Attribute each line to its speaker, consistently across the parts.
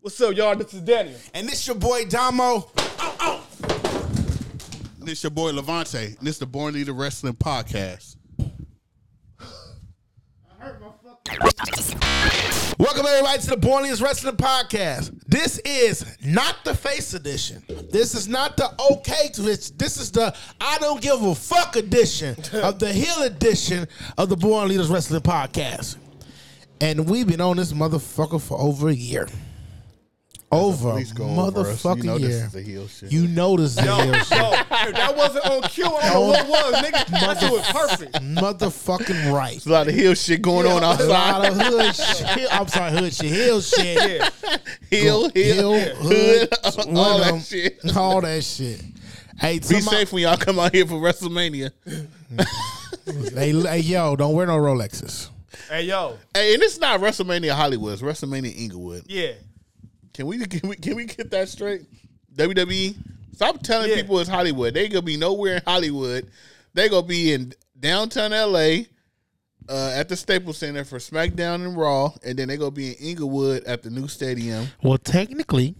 Speaker 1: What's up, y'all? This is Daniel.
Speaker 2: And this your boy Damo.
Speaker 3: And it's your boy Levante. And it's the Born Leader Wrestling Podcast.
Speaker 2: Welcome everybody to the Borniest Wrestling Podcast. This is not the face edition. This is not the okay to this. This is the I don't give a fuck edition of the Hill edition of the Born Leaders Wrestling Podcast. And we've been on this motherfucker for over a year. Over a
Speaker 3: police going over us.
Speaker 2: motherfucking
Speaker 3: You know
Speaker 2: year.
Speaker 3: this is the heel shit.
Speaker 2: You know this is the
Speaker 1: Yo, yo,
Speaker 2: heel shit.
Speaker 1: that wasn't on cue. I don't know what was, nigga. That shit was perfect.
Speaker 2: Motherfucking right.
Speaker 3: There's a lot of heel shit going on
Speaker 2: A
Speaker 3: outside.
Speaker 2: lot of hood shit. I'm sorry, hood shit. Hill shit.
Speaker 1: Yeah.
Speaker 3: Heel, heel,
Speaker 2: Hill, hood,
Speaker 3: all
Speaker 2: one of
Speaker 3: that
Speaker 2: them.
Speaker 3: shit.
Speaker 2: All that shit. Hey,
Speaker 3: Be
Speaker 2: somebody-
Speaker 3: safe when y'all come out here for WrestleMania.
Speaker 2: Hey, hey, yo, don't wear no Rolexes.
Speaker 1: Hey, yo.
Speaker 3: Hey, and it's not WrestleMania Hollywood. It's WrestleMania Inglewood.
Speaker 1: Yeah.
Speaker 3: Can we can we can we get that straight? WWE, stop telling
Speaker 1: Yeah.
Speaker 3: people it's Hollywood. They gonna be nowhere in Hollywood. They gonna be in downtown LA. Uh, at the Staples Center for SmackDown and Raw, and then they gonna be in Inglewood at the new stadium.
Speaker 2: Well, technically,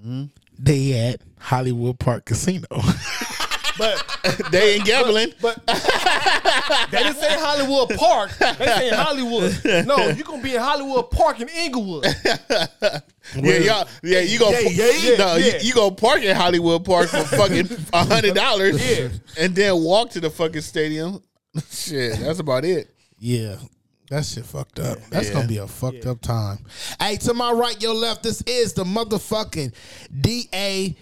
Speaker 2: Hmm? they at Hollywood Park Casino.
Speaker 1: But
Speaker 3: They ain't gambling.
Speaker 1: but they didn't say Hollywood Park. They say Hollywood. No, you gonna be in Hollywood Park in Inglewood.
Speaker 3: Yeah, y'all, yeah, you gonna
Speaker 2: Yeah, yeah,
Speaker 3: no,
Speaker 1: yeah.
Speaker 3: You, you gonna park at Hollywood Park for fucking a hundred dollars,
Speaker 1: Yeah.
Speaker 3: and then walk to the fucking stadium. Shit, that's about it.
Speaker 2: yeah. That shit fucked up. That's gonna be a fucked up time. Hey, to my right, your left, this is the motherfucking D A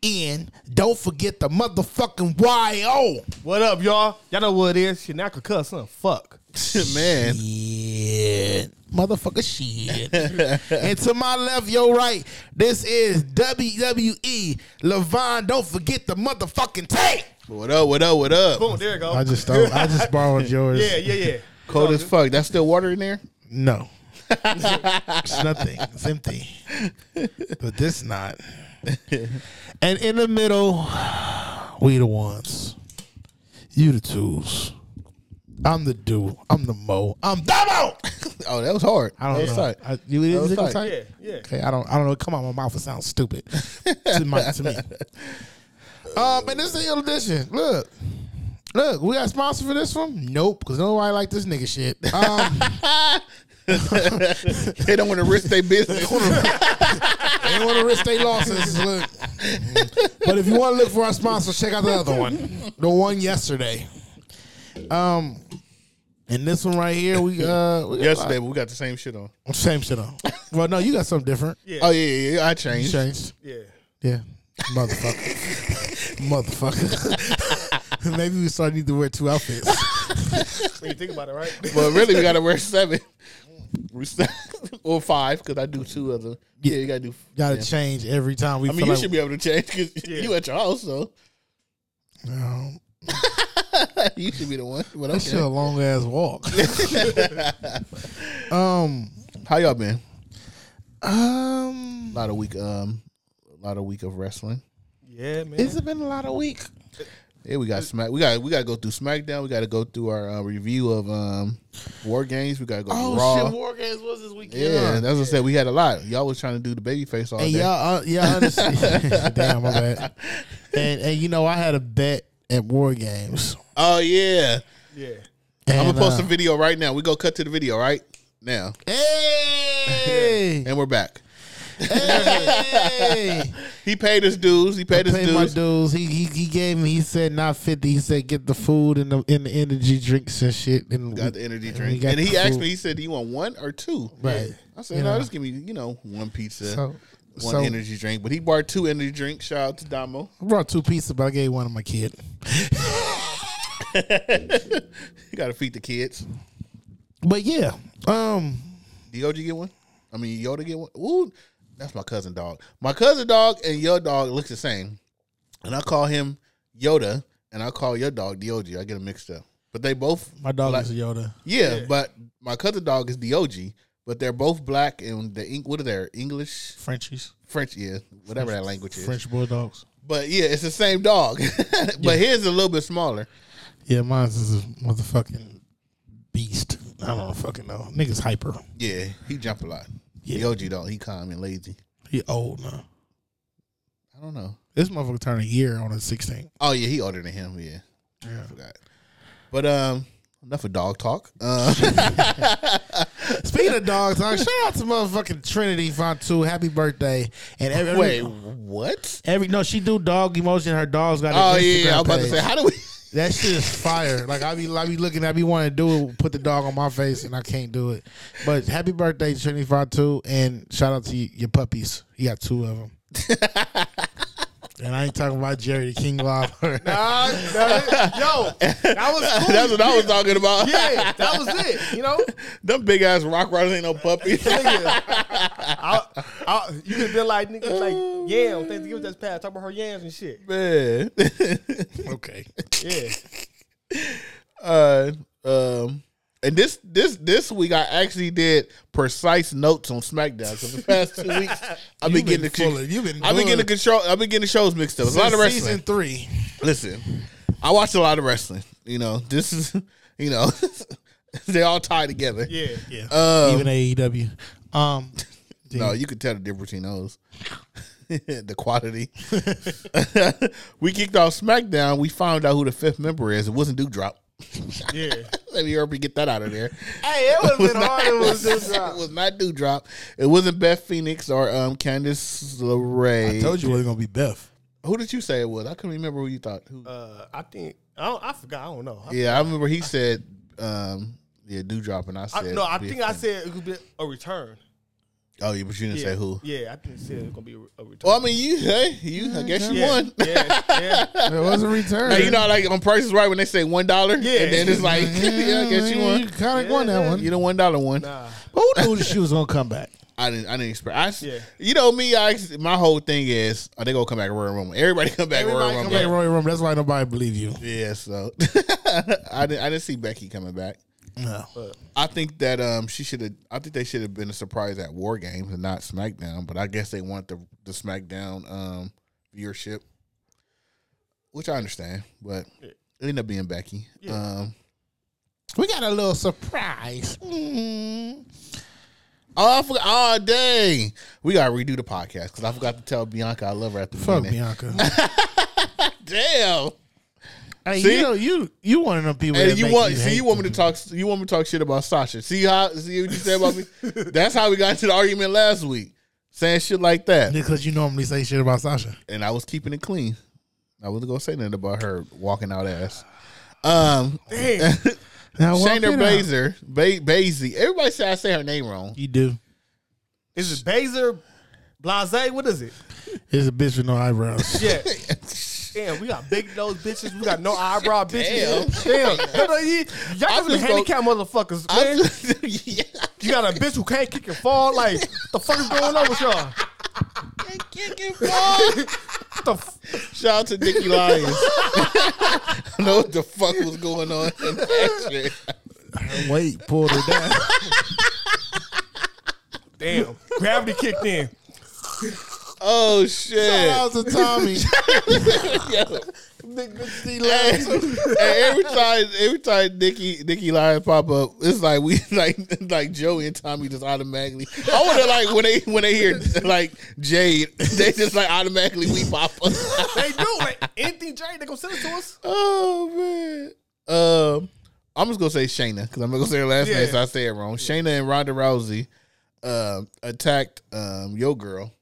Speaker 2: N. Don't forget the motherfucking Y O.
Speaker 1: What up, y'all? Y'all know what it is. Shit, now I could cuss something. Fuck.
Speaker 3: Man,
Speaker 2: Shit. Motherfucker shit. and to my left, your right, this is WWE. Levon, don't forget the motherfucking tape.
Speaker 3: what up? What up? What up?
Speaker 1: Boom, there you go.
Speaker 2: I just stole, I just borrowed yours.
Speaker 1: yeah, yeah, yeah.
Speaker 3: Cold as fuck. That's still water in there.
Speaker 2: No. it's nothing. It's empty. But this not. And in the middle, we the ones. You the twos. I'm the do. I'm the mo. I'm Damo.
Speaker 3: Oh, that was hard.
Speaker 2: I don't
Speaker 3: that was
Speaker 2: know.
Speaker 3: tight.
Speaker 2: I, you, it is
Speaker 3: was
Speaker 2: it was
Speaker 3: tight.
Speaker 2: tight?
Speaker 1: Yeah, yeah.
Speaker 2: Okay, I don't, I don't know. Come out my mouth, it sounds stupid to, my, to me. Um, and this is the Ill edition. Look, look, we got sponsor for this one. Nope, because nobody like this nigga shit. Um,
Speaker 3: They don't want to risk their business.
Speaker 2: they want to risk their losses. Look. But if you want to look for our sponsor, check out the other one, the one yesterday. Um, and this one right here, we uh, we got
Speaker 3: Yesterday, but we got the same shit on.
Speaker 2: same shit on. Well, no, you got something different.
Speaker 1: Yeah.
Speaker 3: Oh yeah, yeah, yeah. I
Speaker 2: You
Speaker 3: changed.
Speaker 2: changed.
Speaker 1: Yeah.
Speaker 2: Yeah. Motherfucker. Motherfucker. Maybe we start need to wear two outfits.
Speaker 1: When you think about it, right?
Speaker 3: But really, we gotta wear seven We st- or five because I do two other. Yeah, you gotta do.
Speaker 2: Gotta
Speaker 3: yeah.
Speaker 2: change every time we
Speaker 3: I mean,
Speaker 2: feel
Speaker 3: you
Speaker 2: like
Speaker 3: should be able to change because you at your house, so
Speaker 2: No,
Speaker 3: you should be the one. But
Speaker 2: that shit
Speaker 3: okay.
Speaker 2: a long ass walk. um
Speaker 3: How y'all been?
Speaker 2: um
Speaker 3: A lot of week, um, a lot of week of wrestling.
Speaker 1: Yeah, man.
Speaker 2: it's been a lot of week.
Speaker 3: Yeah, we got smack. We got we got to go through SmackDown. We got to go through our uh, review of um War Games. We got to go
Speaker 2: Oh
Speaker 3: through Raw.
Speaker 2: shit, War Games was this weekend.
Speaker 3: yeah, that's what I said. We had a lot. Y'all was trying to do the baby face all
Speaker 2: And
Speaker 3: day.
Speaker 2: y'all, uh, yeah, honestly, damn, my bad. And and you know, I had a bet at War Games.
Speaker 3: Oh yeah,
Speaker 1: Yeah.
Speaker 3: I'm
Speaker 2: And,
Speaker 3: gonna post
Speaker 2: uh,
Speaker 3: a video right now. We go cut to the video right now,
Speaker 2: Hey,
Speaker 3: and we're back.
Speaker 2: hey.
Speaker 3: He paid his dues. He paid his
Speaker 2: paid my
Speaker 3: dues.
Speaker 2: dues. He, he he gave me. He said not fifty. He said get the food and the and the energy drinks and shit. And
Speaker 3: got the energy drink,
Speaker 2: got
Speaker 3: and
Speaker 2: the
Speaker 3: he asked
Speaker 2: food.
Speaker 3: me. He said, "Do you want one or two?
Speaker 2: Right.
Speaker 3: I said,
Speaker 2: You
Speaker 3: "No,
Speaker 2: know.
Speaker 3: just give me you know one pizza,
Speaker 2: So-
Speaker 3: one
Speaker 2: so-
Speaker 3: energy drink." But he bought two energy drinks. Shout out to Damo.
Speaker 2: I brought two pieces, but I gave one to my kid.
Speaker 3: You got to feed the kids.
Speaker 2: But yeah, um,
Speaker 3: Did Yoda get one? I mean, Yoda get one. Ooh, that's my cousin dog. My cousin dog and your dog looks the same, and I call him Yoda, and I call your dog Dog. I get them mixed up, but they both
Speaker 2: my dog
Speaker 3: black.
Speaker 2: is Yoda.
Speaker 3: yeah, But my cousin dog is Dog, but they're both black and the ink. What are their English?
Speaker 2: Frenchies,
Speaker 3: French, yeah, whatever that language is.
Speaker 2: French bulldogs.
Speaker 3: But yeah, it's the same dog. but his is a little bit smaller.
Speaker 2: Yeah, mine's is a motherfucking beast. I don't fucking know. Niggas hyper.
Speaker 3: Yeah, he jump a lot. The OG dog, he calm and lazy.
Speaker 2: He old now.
Speaker 3: I don't know.
Speaker 2: This motherfucker turned a year on the 16th.
Speaker 3: Oh yeah, he older than him. Yeah, I forgot. But um, enough of dog talk. Uh,
Speaker 2: Speaking of dogs, dog, shout out to motherfucking Trinity Fontu. Happy birthday! And every, every-
Speaker 3: wait, what?
Speaker 2: every no, she do dog emotion. Her dogs got. An
Speaker 3: Oh
Speaker 2: Instagram
Speaker 3: yeah, yeah, I was about to
Speaker 2: page.
Speaker 3: say, how do we?
Speaker 2: That shit is fire. Like I be, I be looking, I be wanting to do it, put the dog on my face, and I can't do it. But happy birthday, Trinity Fatu, and shout out to y- your puppies. You got two of them. and I ain't talking about Jerry the King Lob.
Speaker 1: Uh, yo, that was cool.
Speaker 3: That's what I was talking about.
Speaker 1: yeah, that was it. You know,
Speaker 3: them big ass rock riders ain't no puppies.
Speaker 1: nigga, I, I, you could be like nigga, like yeah, on Thanksgiving just passed. Talk about her yams and shit.
Speaker 3: Man.
Speaker 2: okay.
Speaker 1: Yeah,
Speaker 3: uh, um, and this this this week I actually did precise notes on SmackDown. So the past two weeks
Speaker 2: You've
Speaker 3: I've been,
Speaker 2: been
Speaker 3: getting the
Speaker 2: full of- you've been
Speaker 3: I've
Speaker 2: full
Speaker 3: been getting the
Speaker 2: of-
Speaker 3: control. I've been getting the shows mixed up. It's a lot of wrestling.
Speaker 2: Season three.
Speaker 3: Listen, I watch a lot of wrestling. You know, this is you know they all tie together.
Speaker 1: yeah.
Speaker 2: Yeah.
Speaker 3: Um,
Speaker 2: Even AEW. Um.
Speaker 3: No, you could tell the difference between those. the quality. we kicked off SmackDown. We found out who the fifth member is. It wasn't Dewdrop.
Speaker 1: Yeah.
Speaker 3: Let me hurry up and get that out of there.
Speaker 1: Hey, it would have been hard. if It was just
Speaker 3: it
Speaker 2: uh,
Speaker 3: was not Dewdrop. It wasn't Beth Phoenix or um Candice LeRae.
Speaker 2: you it was gonna be Beth.
Speaker 3: Who did you say it was? I couldn't remember who you thought. Who?
Speaker 1: Uh, I think I, don't, I forgot. I don't know. I,
Speaker 3: yeah, I remember he said um yeah Dewdrop, and I
Speaker 1: I,
Speaker 3: said
Speaker 1: no, I
Speaker 3: Beth
Speaker 1: think I
Speaker 3: Phoenix.
Speaker 1: said it could be a return.
Speaker 3: Oh, yeah, but you didn't
Speaker 1: Yeah.
Speaker 3: say who. Oh,
Speaker 1: Yeah, I think it said it's gonna be a, a return.
Speaker 3: Well, I mean, you hey, you. I guess you
Speaker 1: yeah,
Speaker 3: won.
Speaker 1: yeah, yeah.
Speaker 2: It was a return.
Speaker 3: Now, you know, like on Price is Right when they say one dollar,
Speaker 1: Yeah.
Speaker 3: and then it's like, yeah, I guess you
Speaker 2: Mm-hmm. You
Speaker 3: won.
Speaker 2: kind of won that one.
Speaker 3: You the one dollar one.
Speaker 1: Nah.
Speaker 2: But who knew she was gonna come back?
Speaker 3: I didn't. I didn't expect. I, s-
Speaker 1: Yeah.
Speaker 3: You know me. I ex- my whole thing is, are they gonna come back Royal Rumble? Everybody come back Royal
Speaker 2: Everybody
Speaker 3: Rumble.
Speaker 2: come back, Roy Rumble. That's why nobody believe you.
Speaker 3: Yeah. So I didn't. I didn't see Becky coming back.
Speaker 2: No.
Speaker 3: I think that um she should have. I think they should have been a surprise at War Games and not SmackDown. But I guess they want the the SmackDown um viewership, which I understand. But it ended up being Becky. Um.
Speaker 2: We got a little surprise. Mm-hmm.
Speaker 3: Oh, I forgot. Oh, dang. We got to redo the podcast because I forgot to tell Bianca I love her at the
Speaker 2: Fuck
Speaker 3: beginning.
Speaker 2: Bianca.
Speaker 3: Damn.
Speaker 2: hey,
Speaker 3: See?
Speaker 2: you know you you one of them people.
Speaker 3: And
Speaker 2: that
Speaker 3: you
Speaker 2: make
Speaker 3: want
Speaker 2: you
Speaker 3: see
Speaker 2: hate
Speaker 3: you want me
Speaker 2: them.
Speaker 3: to talk you want me to talk shit about Sasha. See how see what you said about me? That's how we got into the argument last week. Saying shit like that.
Speaker 2: because you normally say shit about Sasha.
Speaker 3: And I was keeping it clean. I wasn't gonna say nothing about her walking out ass. Um
Speaker 1: Damn.
Speaker 2: Now
Speaker 3: Shayna
Speaker 2: walk it out.
Speaker 3: Baszler, ba- Bazy. Everybody say I say her name wrong.
Speaker 2: You do.
Speaker 1: Is it Baser, Blase? What is it?
Speaker 2: It's a bitch with no eyebrows.
Speaker 1: Yeah. Damn, we got big nose bitches. We got no eyebrow bitches.
Speaker 3: Damn.
Speaker 1: Damn. No, no, you, y'all
Speaker 3: I'm
Speaker 1: got some
Speaker 3: just
Speaker 1: handicap motherfuckers,
Speaker 3: I
Speaker 1: man.
Speaker 3: just, yeah.
Speaker 1: You got a bitch who can't kick and fall. Like, what the fuck is going on with y'all? What the f-
Speaker 3: Shout out to Dickie Lyons. I know what the fuck was going on in that shit.
Speaker 2: Wait, pulled her down.
Speaker 1: Damn. Gravity kicked in.
Speaker 3: Oh shit.
Speaker 2: Shout out to Tommy.
Speaker 3: Hey, hey, every time every time Nikki Nikki Lyons pop up, it's like we like like Joey and Tommy just automatically I wonder like when they when they hear like Jade, they just like automatically we pop up.
Speaker 1: They do. Like, anything Jay, they gonna send it to us.
Speaker 3: Oh man. Um, I'm just gonna say Shayna because I'm not gonna say her last
Speaker 1: Yeah.
Speaker 3: name, so I say it wrong. Shayna and Ronda Rousey um, attacked um, your girl,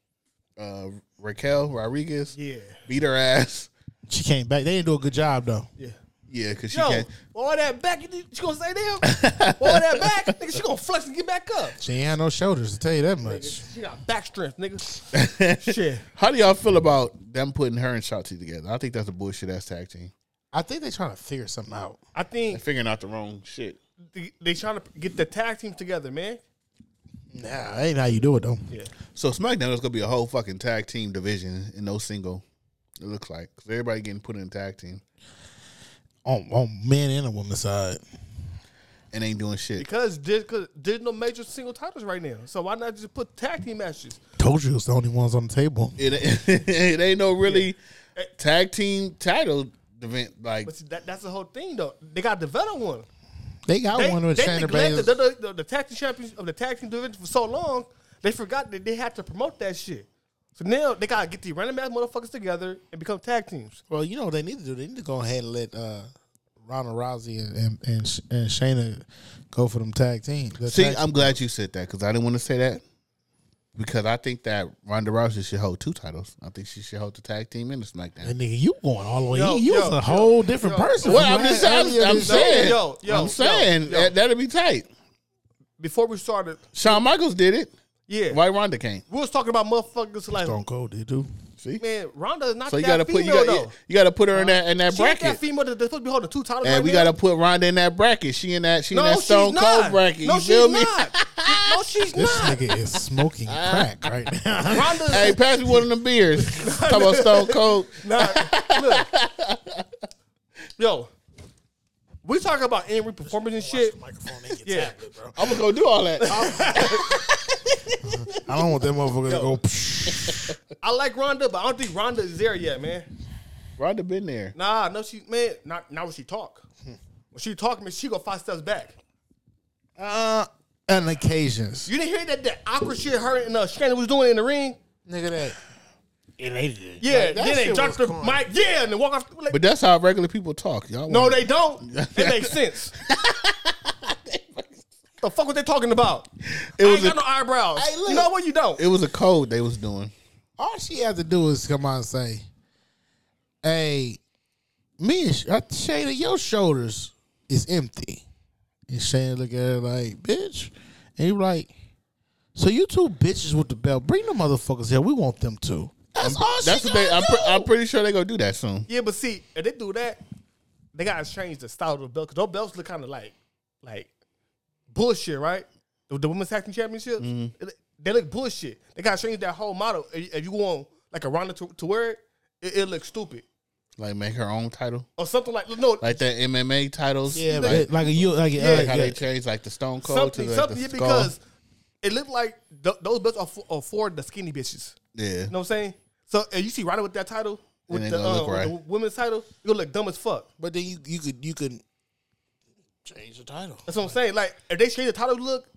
Speaker 3: uh, Raquel Rodriguez.
Speaker 1: Yeah.
Speaker 3: Beat her ass.
Speaker 2: she came back. They didn't do a good job though.
Speaker 1: Yeah.
Speaker 3: Yeah, because she
Speaker 1: Yo,
Speaker 3: can't.
Speaker 1: all that back, you think she gonna say them? all that back, nigga, she gonna flex and get back up.
Speaker 2: She ain't had no shoulders to tell you that much.
Speaker 1: She got back strength, nigga. Shit.
Speaker 3: How do y'all feel about them putting her and Shotzi together? I think that's a bullshit ass tag team.
Speaker 2: I think they trying to figure something out.
Speaker 1: I think
Speaker 3: They're figuring out the wrong shit.
Speaker 1: they, they trying to get the tag team together, man.
Speaker 2: Nah, that ain't how you do it though.
Speaker 1: Yeah.
Speaker 3: So SmackDown is gonna be a whole fucking tag team division and no single. It looks like 'Cause everybody getting put in a tag team
Speaker 2: On on men and a woman's side.
Speaker 3: and ain't doing shit.
Speaker 1: Because there's, cause there's no major single titles right now. So why not just put tag team matches?
Speaker 2: Told you it was the only ones on the table.
Speaker 3: it, it ain't no really tag team title event. Like
Speaker 1: But see, that, that's the whole thing, though. They got to develop one.
Speaker 2: They got
Speaker 1: They,
Speaker 2: one with
Speaker 1: they
Speaker 2: Shayna
Speaker 1: neglected the,
Speaker 2: Baszler.
Speaker 1: the, the, the tag team champions of the tag team division for so long They forgot that they had to promote that shit. So now they gotta get these random ass motherfuckers together and become tag teams.
Speaker 2: Well, you know what they need to do? They need to go ahead and let uh, Ronda Rousey and and, and, Sh- and Shayna go for them tag teams. The
Speaker 3: See,
Speaker 2: tag-
Speaker 3: I'm glad you said that because I didn't want to say that because I think that Ronda Rousey should hold two titles. I think she should hold the tag team and the SmackDown.
Speaker 2: And nigga, you going all the way?
Speaker 1: Yo,
Speaker 2: you you
Speaker 1: yo,
Speaker 2: was a
Speaker 1: yo,
Speaker 2: whole different
Speaker 1: yo.
Speaker 2: person.
Speaker 3: Well,
Speaker 2: from
Speaker 3: I'm just
Speaker 2: earlier
Speaker 3: saying, I'm
Speaker 2: this
Speaker 1: yo,
Speaker 3: saying,
Speaker 1: yo, yo,
Speaker 3: I'm saying
Speaker 1: yo.
Speaker 3: That, that'd be tight.
Speaker 1: Before we started,
Speaker 3: Shawn Michaels did it.
Speaker 1: yeah,
Speaker 3: Why Ronda can't?
Speaker 1: we was talking about motherfuckers like,
Speaker 2: Stone Cold did too.
Speaker 3: See,
Speaker 1: man, Ronda is not
Speaker 3: so you
Speaker 1: that
Speaker 3: gotta put you
Speaker 1: female
Speaker 3: got
Speaker 1: though.
Speaker 3: you gotta put her in that in that
Speaker 1: She ain't that
Speaker 3: bracket.
Speaker 1: female that- that's supposed to be holding two titles.
Speaker 3: And
Speaker 1: right
Speaker 3: we
Speaker 1: now.
Speaker 3: gotta put Ronda in that bracket. She in that she in that
Speaker 1: she's
Speaker 3: Stone Cold
Speaker 1: not.
Speaker 3: bracket.
Speaker 1: No,
Speaker 3: you
Speaker 1: she's
Speaker 3: feel me?
Speaker 1: not. no, she's
Speaker 2: This
Speaker 1: not.
Speaker 2: nigga is smoking crack right now.
Speaker 1: Ronda's
Speaker 3: Hey, pass me one of them beers. Talk about Stone Cold.
Speaker 1: not. Look, yo, we talk about in ring performance and shit. Yeah,
Speaker 3: I'm gonna go do all that.
Speaker 2: I don't want that motherfucker to go. "Psh."
Speaker 1: I like Ronda, but I don't think Ronda is there yet, man.
Speaker 3: Ronda been there.
Speaker 1: Nah, no, she man, not not when she talk. When she talk, man, she go five steps back.
Speaker 2: Uh, on occasions,
Speaker 1: You didn't hear that that awkward shit her and uh, Shannon was doing in the ring.
Speaker 2: nigga, that
Speaker 1: Yeah,
Speaker 2: that
Speaker 1: then they
Speaker 2: shit
Speaker 1: dropped the
Speaker 2: was corny.
Speaker 1: mic. Yeah, and they walk off. Like,
Speaker 3: But that's how regular people talk. Y'all
Speaker 1: no,
Speaker 3: wanna-
Speaker 1: they don't. It makes sense. the fuck was they talking about?
Speaker 3: It
Speaker 1: I
Speaker 3: was
Speaker 1: ain't got
Speaker 3: a-
Speaker 1: no eyebrows.
Speaker 2: Hey, look.
Speaker 1: you know what? You don't.
Speaker 3: it was a code they was doing.
Speaker 2: all she had to do is come out and say, "Hey, me and Sh- uh, Shayna, your shoulders is empty." And Shayna look at her like, "Bitch," and you like, "So you two bitches with the belt, bring the motherfuckers here. We want them too." That's all.
Speaker 3: That's
Speaker 2: she
Speaker 3: what they.
Speaker 2: gotta
Speaker 3: I'm,
Speaker 2: do.
Speaker 3: pre- I'm pretty sure they gonna do that soon.
Speaker 1: Yeah, but see, if they do that, they gotta change the style of the belt because those belts look kind of like, like bullshit, right? The, the women's tag team championships, it- they look bullshit. They gotta change that whole model. If, if you want like a Ronda to, to wear it, it, it looks stupid
Speaker 3: Like make her own title,
Speaker 1: or something like no
Speaker 3: like that MMA titles.
Speaker 2: Yeah,
Speaker 3: like,
Speaker 2: but like a you like,
Speaker 1: Yeah.
Speaker 3: like how they
Speaker 2: yeah.
Speaker 3: changed like the Stone Cold
Speaker 1: something
Speaker 3: to the,
Speaker 1: something
Speaker 3: the
Speaker 1: yeah,
Speaker 3: skull.
Speaker 1: because it looked like th- those belts are for, are for the skinny bitches.
Speaker 3: yeah,
Speaker 1: You know what I'm saying? So if you see Ronda with that title with
Speaker 3: ain't
Speaker 1: the,
Speaker 3: gonna
Speaker 1: uh,
Speaker 3: look right.
Speaker 1: with the women's title, you gonna look dumb as fuck.
Speaker 2: But then you you could you could change the title.
Speaker 1: That's what I'm saying. Like if they change the title look,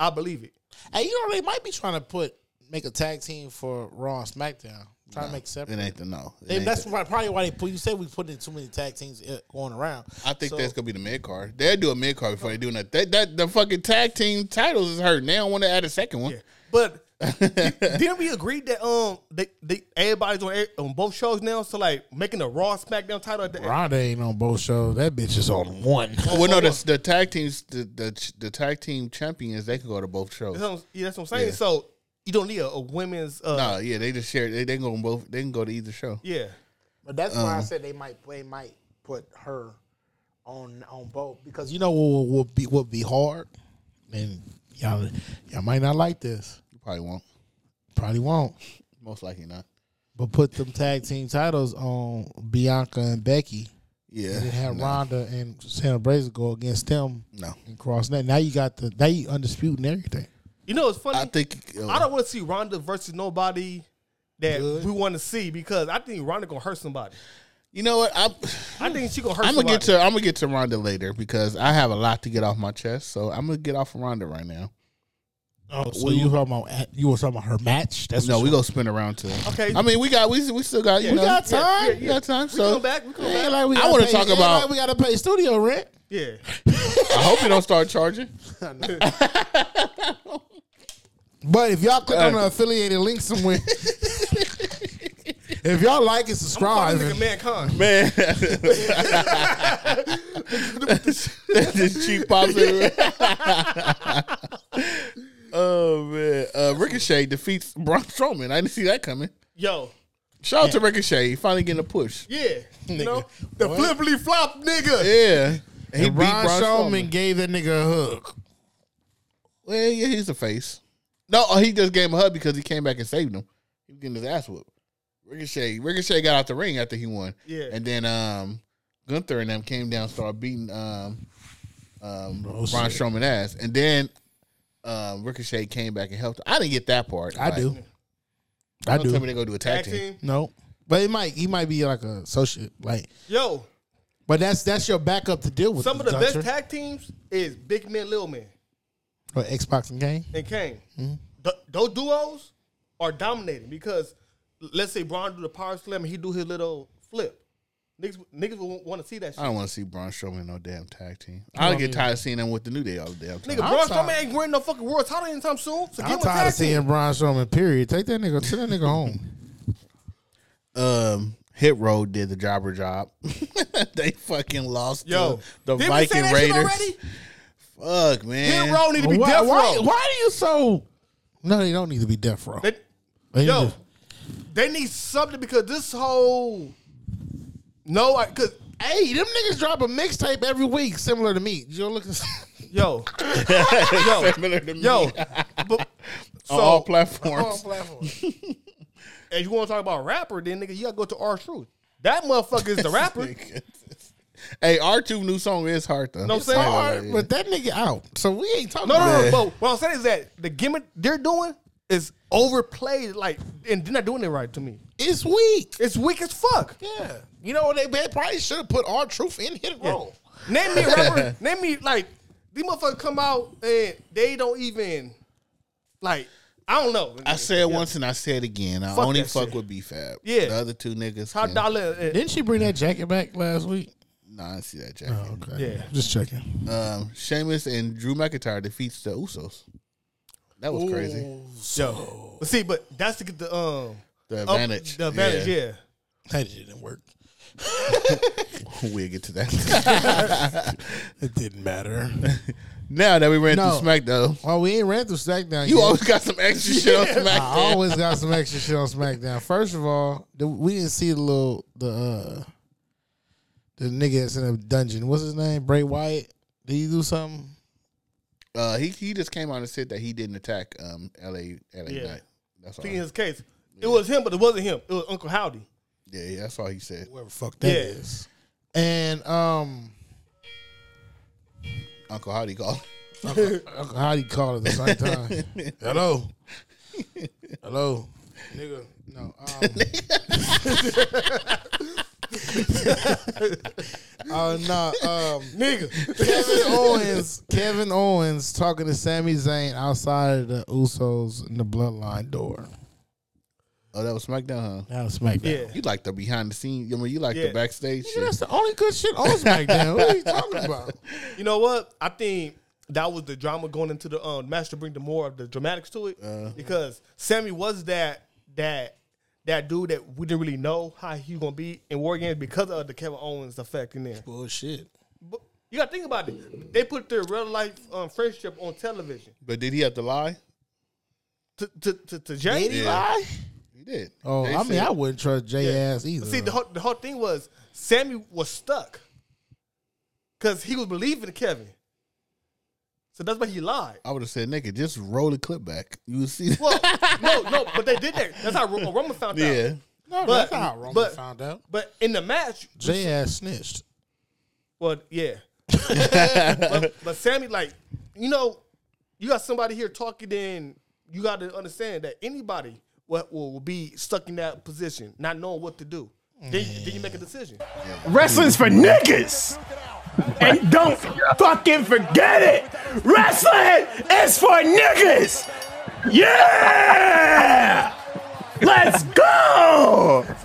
Speaker 1: I believe it.
Speaker 2: Hey, you know they might be trying to put make a tag team for Raw and SmackDown. Try to make separate.
Speaker 3: it ain't the no. It
Speaker 2: They,
Speaker 3: ain't
Speaker 2: that's
Speaker 3: the-
Speaker 2: why, probably why they put. You said we put in too many tag teams uh, going around.
Speaker 3: I think
Speaker 2: So,
Speaker 3: that's gonna be the mid card. They'll do a mid card before they do nothing. That, that the fucking tag team titles is hurting. They don't want to add a second one.
Speaker 1: Yeah. But di- didn't we agree that um they, they everybody's on air- on both shows now? So like making a Raw SmackDown title at the
Speaker 2: Ronda ain't on both shows. That bitch is on one.
Speaker 3: Oh, Well, no, the, the tag teams, the, the the tag team champions, they can go to both shows.
Speaker 1: That's what I'm, yeah, that's what I'm saying. So you don't need a, a women's uh
Speaker 3: Nah, yeah, they just share. They, they go on both. They can go to either show.
Speaker 1: yeah.
Speaker 2: But that's
Speaker 3: Um,
Speaker 2: why I said they might they might put her on on both because you know what would be would be hard, and y'all y'all might not like this.
Speaker 3: You probably won't.
Speaker 2: Probably won't.
Speaker 3: Most likely not.
Speaker 2: But put them tag team titles on Bianca and Becky.
Speaker 3: Yeah,
Speaker 2: And then have
Speaker 3: no,
Speaker 2: Ronda and Santa Braza go against them
Speaker 3: no.
Speaker 2: and cross that. Now you got the now you undisputing everything.
Speaker 1: You know it's funny.
Speaker 3: I think uh,
Speaker 1: I don't want to see Ronda versus nobody that we want to see because I think Ronda gonna hurt somebody.
Speaker 3: You know what? I'm,
Speaker 1: I think she gonna hurt.
Speaker 3: I'm gonna
Speaker 1: somebody.
Speaker 3: get to I'm gonna get to Ronda later because I have a lot to get off my chest. So I'm gonna get off of Ronda right now.
Speaker 2: Oh, so you talking about you were talking about her match? That's
Speaker 3: No,
Speaker 2: what
Speaker 3: we
Speaker 2: you-
Speaker 3: gonna spin around to.
Speaker 1: Okay.
Speaker 3: I mean, we got we we still got you
Speaker 1: We
Speaker 3: know,
Speaker 1: got time.
Speaker 3: Yeah, yeah,
Speaker 1: Yeah,
Speaker 3: We
Speaker 1: yeah.
Speaker 3: got time.
Speaker 1: We
Speaker 3: So
Speaker 1: come back. We come
Speaker 2: Ain't
Speaker 1: back.
Speaker 2: like we
Speaker 3: I
Speaker 2: gotta
Speaker 3: wanna
Speaker 2: pay-
Speaker 3: talk
Speaker 2: ain't like
Speaker 3: about-
Speaker 2: we gotta pay studio rent.
Speaker 1: Yeah.
Speaker 3: I hope you don't start charging.
Speaker 2: But if y'all click on
Speaker 3: Uh,
Speaker 2: the affiliated link somewhere, if y'all like and
Speaker 1: Fuck
Speaker 2: subscribe,
Speaker 1: nigga, mankind.
Speaker 3: Man, this cheap pops. in. oh man, uh, Ricochet defeats Braun Strowman. I didn't see that coming.
Speaker 1: Yo.
Speaker 3: Shout out to Ricochet, he finally getting a push.
Speaker 1: Yeah. You know the flippity flop nigga.
Speaker 3: Yeah, he
Speaker 2: and Ron
Speaker 3: Braun
Speaker 2: Strowman gave that nigga a hug.
Speaker 3: Well, yeah, he's a face. No, oh, he just gave him a hug because he came back and saved him. He was getting his ass whooped. Ricochet, Ricochet got out the ring after he won.
Speaker 1: Yeah.
Speaker 3: and then um, Gunther and them came down, started beating um, um, Braun
Speaker 2: shit.
Speaker 3: Strowman ass, and then um, Ricochet came back and helped. I didn't get that part.
Speaker 2: I
Speaker 3: Like,
Speaker 2: do, I
Speaker 3: Don't tell me
Speaker 2: do.
Speaker 3: they go do a tag,
Speaker 1: Tag
Speaker 3: team.
Speaker 1: team.
Speaker 2: No, but it might he might be like a associate, like.
Speaker 1: Yo,
Speaker 2: But that's that's your backup to deal with.
Speaker 1: some of the
Speaker 2: Dutcher.
Speaker 1: best tag teams is Big Man, Little Man,
Speaker 2: or Xbox and Game.
Speaker 1: and Kane. th- those duos are dominating because let's say Braun do the power slam and he do his little flip. Niggas, niggas will want to see that shit.
Speaker 3: I don't want to see Braun Strowman in no damn tag team. I'll get tired of seeing them with the New Day all the damn time.
Speaker 1: Nigga, Braun
Speaker 2: tired.
Speaker 1: Strowman ain't winning no fucking world title anytime soon. So give
Speaker 2: I'm
Speaker 1: him a
Speaker 2: tired
Speaker 1: tag
Speaker 2: of seeing
Speaker 1: team.
Speaker 2: Braun Strowman. Period. Take that nigga. Send that nigga home.
Speaker 3: Um, Hit Road did the jobber job. they fucking lost
Speaker 1: Yo,
Speaker 3: to the
Speaker 1: did we say
Speaker 3: Viking
Speaker 1: that shit
Speaker 3: Raiders.
Speaker 1: already?
Speaker 3: Fuck man,
Speaker 1: Hit Row need to be
Speaker 2: why,
Speaker 1: Death
Speaker 2: why,
Speaker 1: Row.
Speaker 2: why do you so? No, they don't need to be death row.
Speaker 1: They-
Speaker 2: They need
Speaker 1: Yo,
Speaker 2: to-
Speaker 1: they need something because this whole no, because
Speaker 2: hey, them niggas drop a mixtape every week, similar to me. You don't look.
Speaker 1: yo, yo,
Speaker 3: Similar to me.
Speaker 1: yo, but,
Speaker 3: on all
Speaker 1: all
Speaker 3: platforms.
Speaker 1: platforms. and you want to talk about rapper? Then nigga, you gotta go to R Truth. That motherfucker is the rapper.
Speaker 3: hey, R two new song is hard though.
Speaker 1: No,
Speaker 3: It's
Speaker 1: say it.
Speaker 3: hard,
Speaker 1: Yeah.
Speaker 2: But that nigga out, so we ain't talking.
Speaker 1: No, no,
Speaker 2: about
Speaker 1: no.
Speaker 2: it.
Speaker 1: But what I'm saying is that the gimmick they're doing is overplayed, like, and they're not doing it right to me.
Speaker 2: It's weak.
Speaker 1: It's weak as fuck.
Speaker 2: Yeah, you
Speaker 1: oh,
Speaker 2: know what? They, they probably should have put our truth in hit row.
Speaker 1: Name me a rapper. name me like these motherfuckers come out and they don't even like. I don't know.
Speaker 3: I said once and I said again. I
Speaker 1: Fuck
Speaker 3: only
Speaker 1: that
Speaker 3: fuck
Speaker 1: shit.
Speaker 3: with B Fab.
Speaker 1: Yeah.
Speaker 3: the other two niggas.
Speaker 1: Top
Speaker 3: can-
Speaker 1: dollar. and-
Speaker 2: Didn't she bring that jacket back last week? Uh,
Speaker 3: Nah, I didn't see that jacket.
Speaker 2: Okay.
Speaker 1: Yeah.
Speaker 2: Just checking.
Speaker 3: Um, Sheamus and Drew McIntyre defeats the Usos. That was crazy.
Speaker 1: Yo, but see, but that's the the um
Speaker 3: The
Speaker 1: up-
Speaker 3: advantage.
Speaker 1: the advantage, yeah.
Speaker 2: That didn't work.
Speaker 3: we'll get to that.
Speaker 2: It didn't matter.
Speaker 3: now that we ran
Speaker 2: No.
Speaker 3: through SmackDown,
Speaker 2: well, Oh, we ain't ran through SmackDown.
Speaker 3: you
Speaker 2: yet.
Speaker 3: always got some extra shit on
Speaker 2: I
Speaker 3: SmackDown.
Speaker 2: always got some extra shit on SmackDown. First of all, the, we didn't see the little the uh the nigga that's in a dungeon. What's his name? Bray Wyatt. Did he do something?
Speaker 3: Uh, he he just came out and said that he didn't attack um LA LA
Speaker 1: Yeah.
Speaker 3: Knight. That's all.
Speaker 1: In his case, it was him, but it wasn't him. It was Uncle Howdy.
Speaker 3: Yeah, yeah, that's all he said.
Speaker 2: Whoever the fuck that
Speaker 1: Yeah.
Speaker 2: is. And um,
Speaker 3: Uncle Howdy called.
Speaker 2: Uncle Howdy called at the same time. Hello. Hello. Nigga. No. Um, oh no. Um,
Speaker 1: Nigga,
Speaker 2: Kevin Owens, Kevin Owens talking to Sami Zayn outside of the Usos and the Bloodline door.
Speaker 3: Oh, that was SmackDown, huh?
Speaker 2: That was SmackDown.
Speaker 1: yeah.
Speaker 3: You like the behind the scenes. I mean, you like
Speaker 1: Yeah.
Speaker 3: the backstage
Speaker 2: Nigga,
Speaker 3: shit.
Speaker 2: that's the only good shit on SmackDown. what are you talking about?
Speaker 1: You know what? I think that was the drama going into the um, match to bring the more of the dramatics to it because Sammy was that that that dude that we didn't really know how he was gonna be in War Games because of the Kevin Owens effect in there.
Speaker 2: Bullshit.
Speaker 1: But you gotta think about it. They put their real life um, friendship on television
Speaker 3: But did he have to lie?
Speaker 1: to to to, to Jay.
Speaker 2: Did he lie?
Speaker 3: He did.
Speaker 2: Oh,
Speaker 3: They
Speaker 2: I mean,
Speaker 3: said-
Speaker 2: I wouldn't trust Jay ass either.
Speaker 1: See, the whole, the whole thing was Sammy was stuck because he was believing Kevin, so that's why he lied.
Speaker 3: I would have said, nigga, just roll the clip back. You would see.
Speaker 1: Well, no, no, but they did that. That's how Ro- Roman found out.
Speaker 3: yeah.
Speaker 1: but-
Speaker 2: no, that's not how Roman
Speaker 1: but-
Speaker 2: found out.
Speaker 1: But in the match,
Speaker 2: Jay ass snitched.
Speaker 1: well, yeah. but, but Sammy, like, you know, you got somebody here talking, then you got to understand that anybody will, will be stuck in that position, not knowing what to do. Then, you- then you make a decision.
Speaker 4: Wrestling's for niggas. And don't fucking forget it. Wrestling is for niggas. Yeah. Let's go.